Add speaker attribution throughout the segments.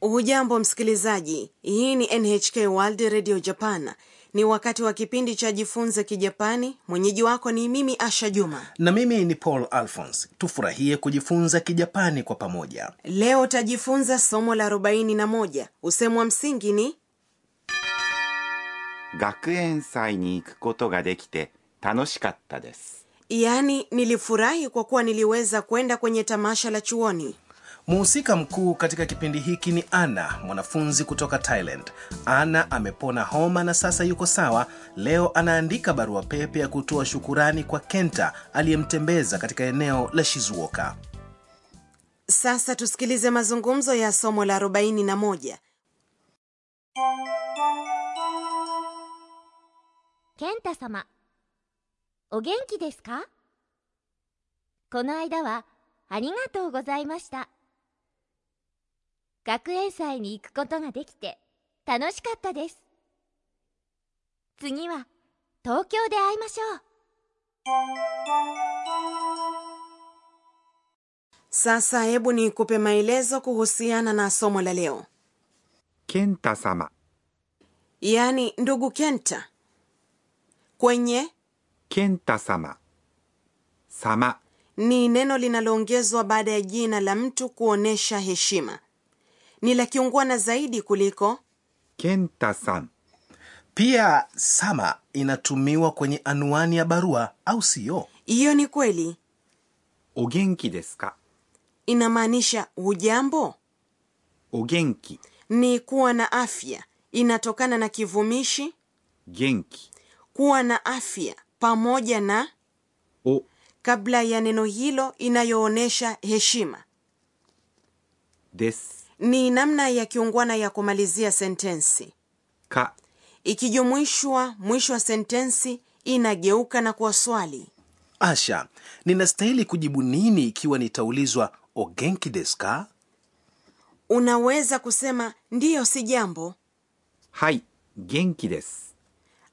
Speaker 1: hujambo msikilizaji hii ni nhk world radio japan ni wakati wa kipindi cha jifunze kijapani mwenyeji wako ni mimi asha juma
Speaker 2: na mimi ni paul alphons tufurahie kujifunza kijapani kwa pamoja
Speaker 1: leo utajifunza somo la 41 usemu wa msingi ni
Speaker 3: 学園祭に行くことができて楽しかったです
Speaker 1: yaani nilifurahi kwa kuwa niliweza kwenda kwenye tamasha la chuoni
Speaker 2: mhusika mkuu katika kipindi hiki ni ana mwanafunzi kutoka thailand ana amepona homa na sasa yuko sawa leo anaandika barua pepe ya kutoa shukurani kwa kenta aliyemtembeza katika eneo la shizuoka
Speaker 1: sasa tusikilize mazungumzo ya somo la 41
Speaker 4: 健太様お元気ですかこの間はありがとうございました学園祭に行くことができて楽しかったです次は東京で会いましょう
Speaker 1: sasa hebu nikupe maelezo kuhusiana na somo la leo
Speaker 3: ケンタ様
Speaker 1: yaani ndugu kenta kwenye
Speaker 3: ケンタ様様
Speaker 1: ni neno linaloongezwa baada ya jina la mtu kuonyesha heshima ni la kiungwana zaidi kuliko
Speaker 3: ケンタさん
Speaker 2: pia sama inatumiwa kwenye anuani ya barua au siyo
Speaker 1: hiyo ni kweli
Speaker 3: お元気ですか
Speaker 1: inamaanisha hujambo
Speaker 3: お元気
Speaker 1: ni kuwa na afya inatokana na kivumishi
Speaker 3: 元気
Speaker 1: kuwa na afya pamoja na
Speaker 3: お
Speaker 1: kabla ya neno hilo inayoonyesha heshima
Speaker 3: です。
Speaker 1: ni namna ya kiungwana ya kumalizia sentensi
Speaker 3: か、
Speaker 1: ikijumuishwa mwisho wa sentensi inageuka na kuwa swali
Speaker 2: asha ninastahili kujibu nini ikiwa nitaulizwa ogenki desu ka
Speaker 1: unaweza kusema ndiyo si jambo
Speaker 3: はい、元気です。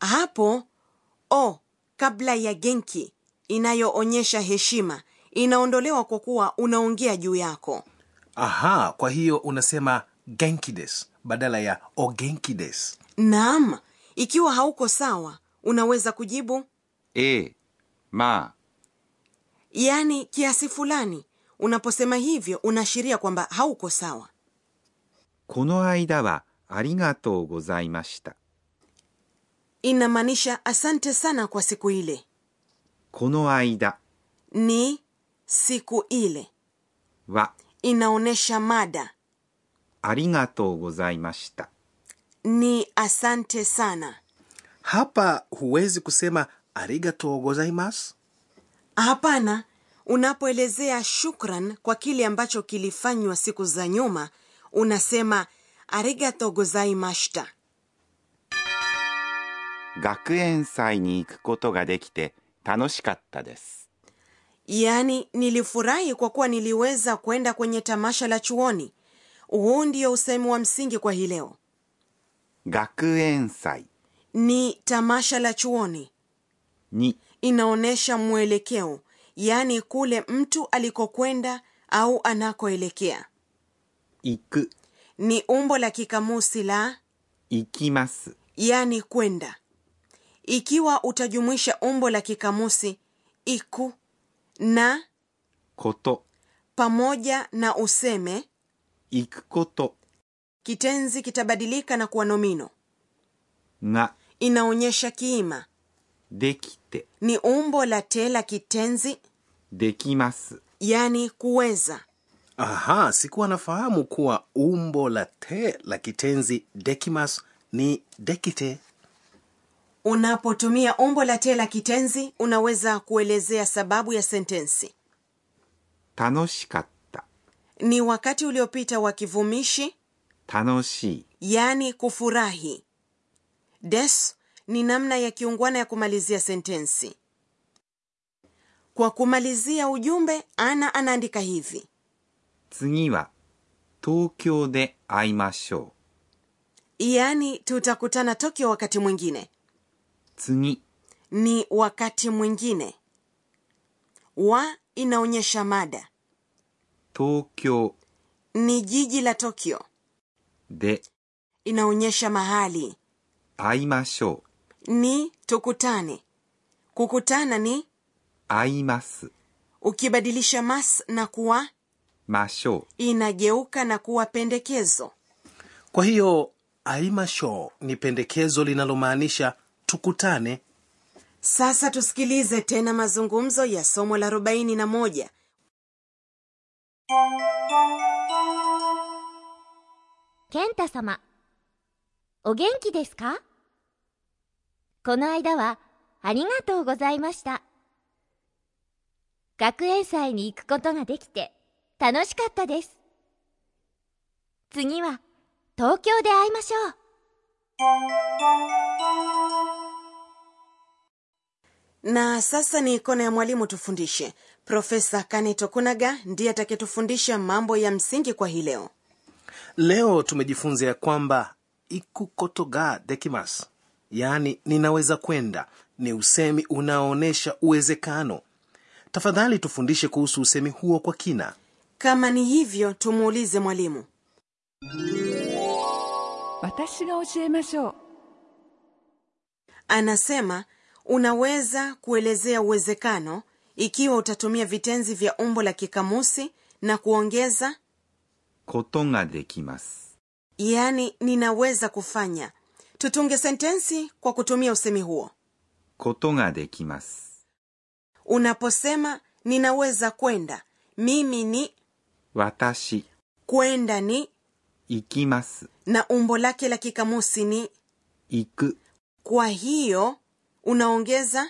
Speaker 1: hapo o kabla ya genki inayoonyesha heshima inaondolewa kwa kuwa unaongea juu yako
Speaker 2: aha kwa hiyo unasema genki desu badala ya ogenki desu
Speaker 1: naam ikiwa hauko sawa unaweza kujibu
Speaker 3: ええ、まあ、
Speaker 1: yaani kiasi fulani unaposema hivyo unaashiria kwamba hauko sawa
Speaker 3: この間はありがとうございました。
Speaker 1: inamaanisha asante sana kwa siku ile
Speaker 3: この間
Speaker 1: ni siku ile
Speaker 3: は
Speaker 1: inaonyesha mada
Speaker 3: ありがとうございました。
Speaker 1: ni asante sana
Speaker 2: hapa huwezi kusema arigato gozaimasu
Speaker 1: hapana unapoelezea shukran kwa kile ambacho kilifanywa siku za nyuma unasema arigato gozaimashita
Speaker 3: 学園祭に行くことができて楽しかったです。
Speaker 1: yaani nilifurahi kwa kuwa niliweza kwenda kwenye tamasha la chuoni huu ndio usemi wa msingi kwa hii leo
Speaker 3: 学園祭
Speaker 1: ni tamasha la chuoni
Speaker 3: に
Speaker 1: inaonyesha mwelekeo yaani kule mtu alikokwenda au anakoelekea
Speaker 3: 行く、
Speaker 1: ni umbo la kikamusi la
Speaker 3: 行きます。
Speaker 1: yani yaani kwenda ikiwa utajumuisha umbo la kikamusi iku na
Speaker 3: こと、
Speaker 1: pamoja na useme
Speaker 3: 行くこと、
Speaker 1: kitenzi kitabadilika na kuwa nomino
Speaker 3: が、
Speaker 1: inaonyesha kiima
Speaker 3: できて、
Speaker 1: ni umbo la te la kitenzi
Speaker 3: できます。
Speaker 1: yani kuweza
Speaker 2: aha sikuwa nafahamu kuwa umbo la te la kitenzi dekimas ni dekite
Speaker 1: unapotumia umbo la te la kitenzi unaweza kuelezea sababu ya sentensi
Speaker 3: 楽しかった、
Speaker 1: ni wakati uliopita wa kivumishi
Speaker 3: 楽しい、
Speaker 1: yani Yaani kufurahi des ni namna ya kiungwana ya kumalizia sentensi kwa kumalizia ujumbe ana anaandika hivi
Speaker 3: 次は東京で会いましょう。
Speaker 1: yani Yaani, tutakutana tokyo wakati mwingine
Speaker 3: 次
Speaker 1: ni wakati mwingine wa inaonyesha mada
Speaker 3: 東京
Speaker 1: ni jiji la tokyo
Speaker 3: で
Speaker 1: inaonyesha mahali
Speaker 3: 会いましょう
Speaker 1: ni tukutane kukutana ni
Speaker 3: 会います
Speaker 1: ukibadilisha mas na kuwa
Speaker 3: ましょ
Speaker 1: inageuka na kuwa pendekezo
Speaker 2: kwa hiyo aimasho ni pendekezo linalomaanisha tukutane
Speaker 1: sasa tusikilize tena mazungumzo ya somo la 41
Speaker 4: 健太様お元気ですかこの間はありがとうございました学園祭に行くことができて楽しかったです次は東京で会いましょう
Speaker 1: na sasa ni ikona ya mwalimu tufundishe profesa kane tokunaga ndiye atakayetufundisha mambo ya msingi kwa hii leo
Speaker 2: leo tumejifunza ya kwamba ikukoto ga dekimas yaani ninaweza kwenda ni usemi unaoonyesha uwezekano tafadhali tufundishe kuhusu usemi huo kwa kina
Speaker 1: kama ni hivyo tumuulize mwalimu
Speaker 5: 私が教えましょう
Speaker 1: anasema unaweza kuelezea uwezekano ikiwa utatumia vitenzi vya umbo la kikamusi na kuongeza
Speaker 3: うことができます
Speaker 1: yaani ninaweza kufanya tutunge sentensi kwa kutumia usemi huo
Speaker 3: ことができます
Speaker 1: unaposema ninaweza kwenda mimi ni
Speaker 3: 私
Speaker 1: kwenda ni
Speaker 3: 行きます
Speaker 1: na umbo lake la kikamusi ni
Speaker 3: 行く
Speaker 1: kwa hiyo unaongeza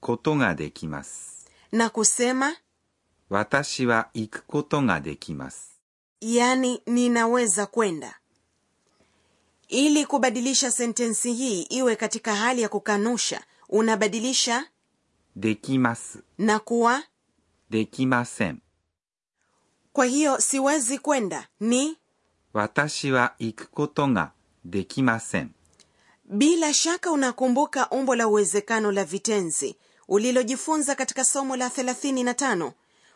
Speaker 3: ことができます
Speaker 1: na kusema
Speaker 3: 私は行くことができます
Speaker 1: yaani ninaweza kwenda ili kubadilisha sentensi hii iwe katika hali ya kukanusha unabadilisha
Speaker 3: できます
Speaker 1: na kuwa
Speaker 3: できません
Speaker 1: kwa hiyo siwezi kwenda ni
Speaker 3: 私は行くことができません
Speaker 1: bila shaka unakumbuka umbo la uwezekano la vitenzi ulilojifunza katika somo la 35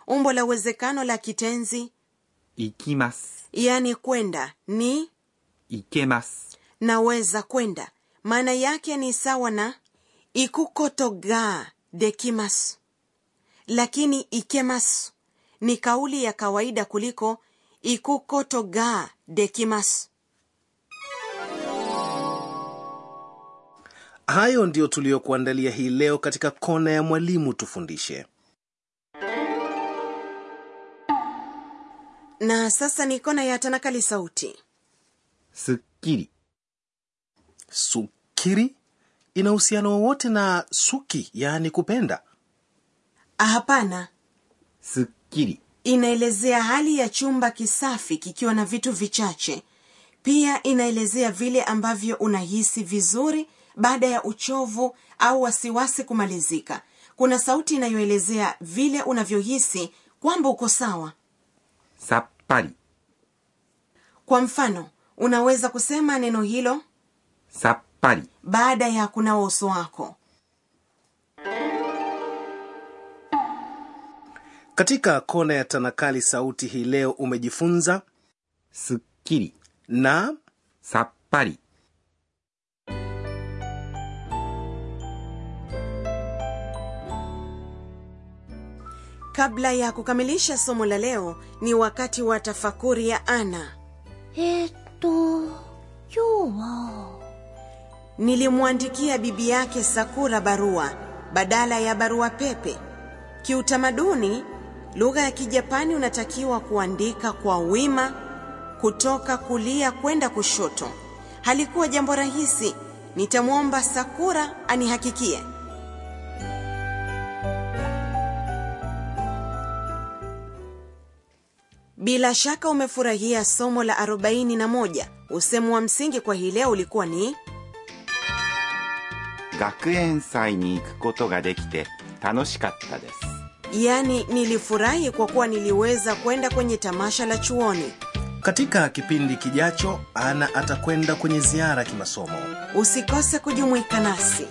Speaker 1: umbo la uwezekano la kitenzi
Speaker 3: 行きます
Speaker 1: yaani kwenda ni
Speaker 3: 行けます
Speaker 1: naweza kwenda maana yake ni sawa na ikukoto ga dekimasu lakini ikemasu ni kauli ya kawaida kuliko ikukoto ga dekimasu
Speaker 2: hayo ndiyo tuliyokuandalia hii leo katika kona ya mwalimu tufundishe
Speaker 1: na sasa ni kona ya tanakali sauti
Speaker 3: すっきり
Speaker 2: sukiri ina uhusiano wowote na suki yaani kupenda
Speaker 1: hapana
Speaker 3: すっきり
Speaker 1: inaelezea hali ya chumba kisafi kikiwa na vitu vichache pia inaelezea vile ambavyo unahisi vizuri baada ya uchovu au wasiwasi kumalizika kuna sauti inayoelezea vile unavyohisi kwamba uko sawa
Speaker 3: さっぱり
Speaker 1: kwa mfano unaweza kusema neno hilo
Speaker 3: さっぱり
Speaker 1: baada ya kunawa uso wako
Speaker 2: katika kona ya tanakali sauti hii leo umejifunza
Speaker 3: すっきり
Speaker 2: na
Speaker 3: さっぱり
Speaker 1: kabla ya kukamilisha somo la leo ni wakati wa tafakuri ya ana
Speaker 4: えっと今日は
Speaker 1: nilimwandikia bibi yake sakura barua badala ya barua pepe kiutamaduni lugha ya kijapani unatakiwa kuandika kwa wima kutoka kulia kwenda kushoto halikuwa jambo rahisi nitamwomba sakura anihakikie bila shaka umefurahia somo la 41 usemu wa msingi kwa hii leo ulikuwa ni
Speaker 3: 学園祭に行くことができて楽しかったです
Speaker 1: yaani nilifurahi kwa kuwa niliweza kwenda kwenye tamasha la chuoni
Speaker 2: katika kipindi kijacho ana atakwenda kwenye ziara kimasomo
Speaker 1: usikose kujumuika nasi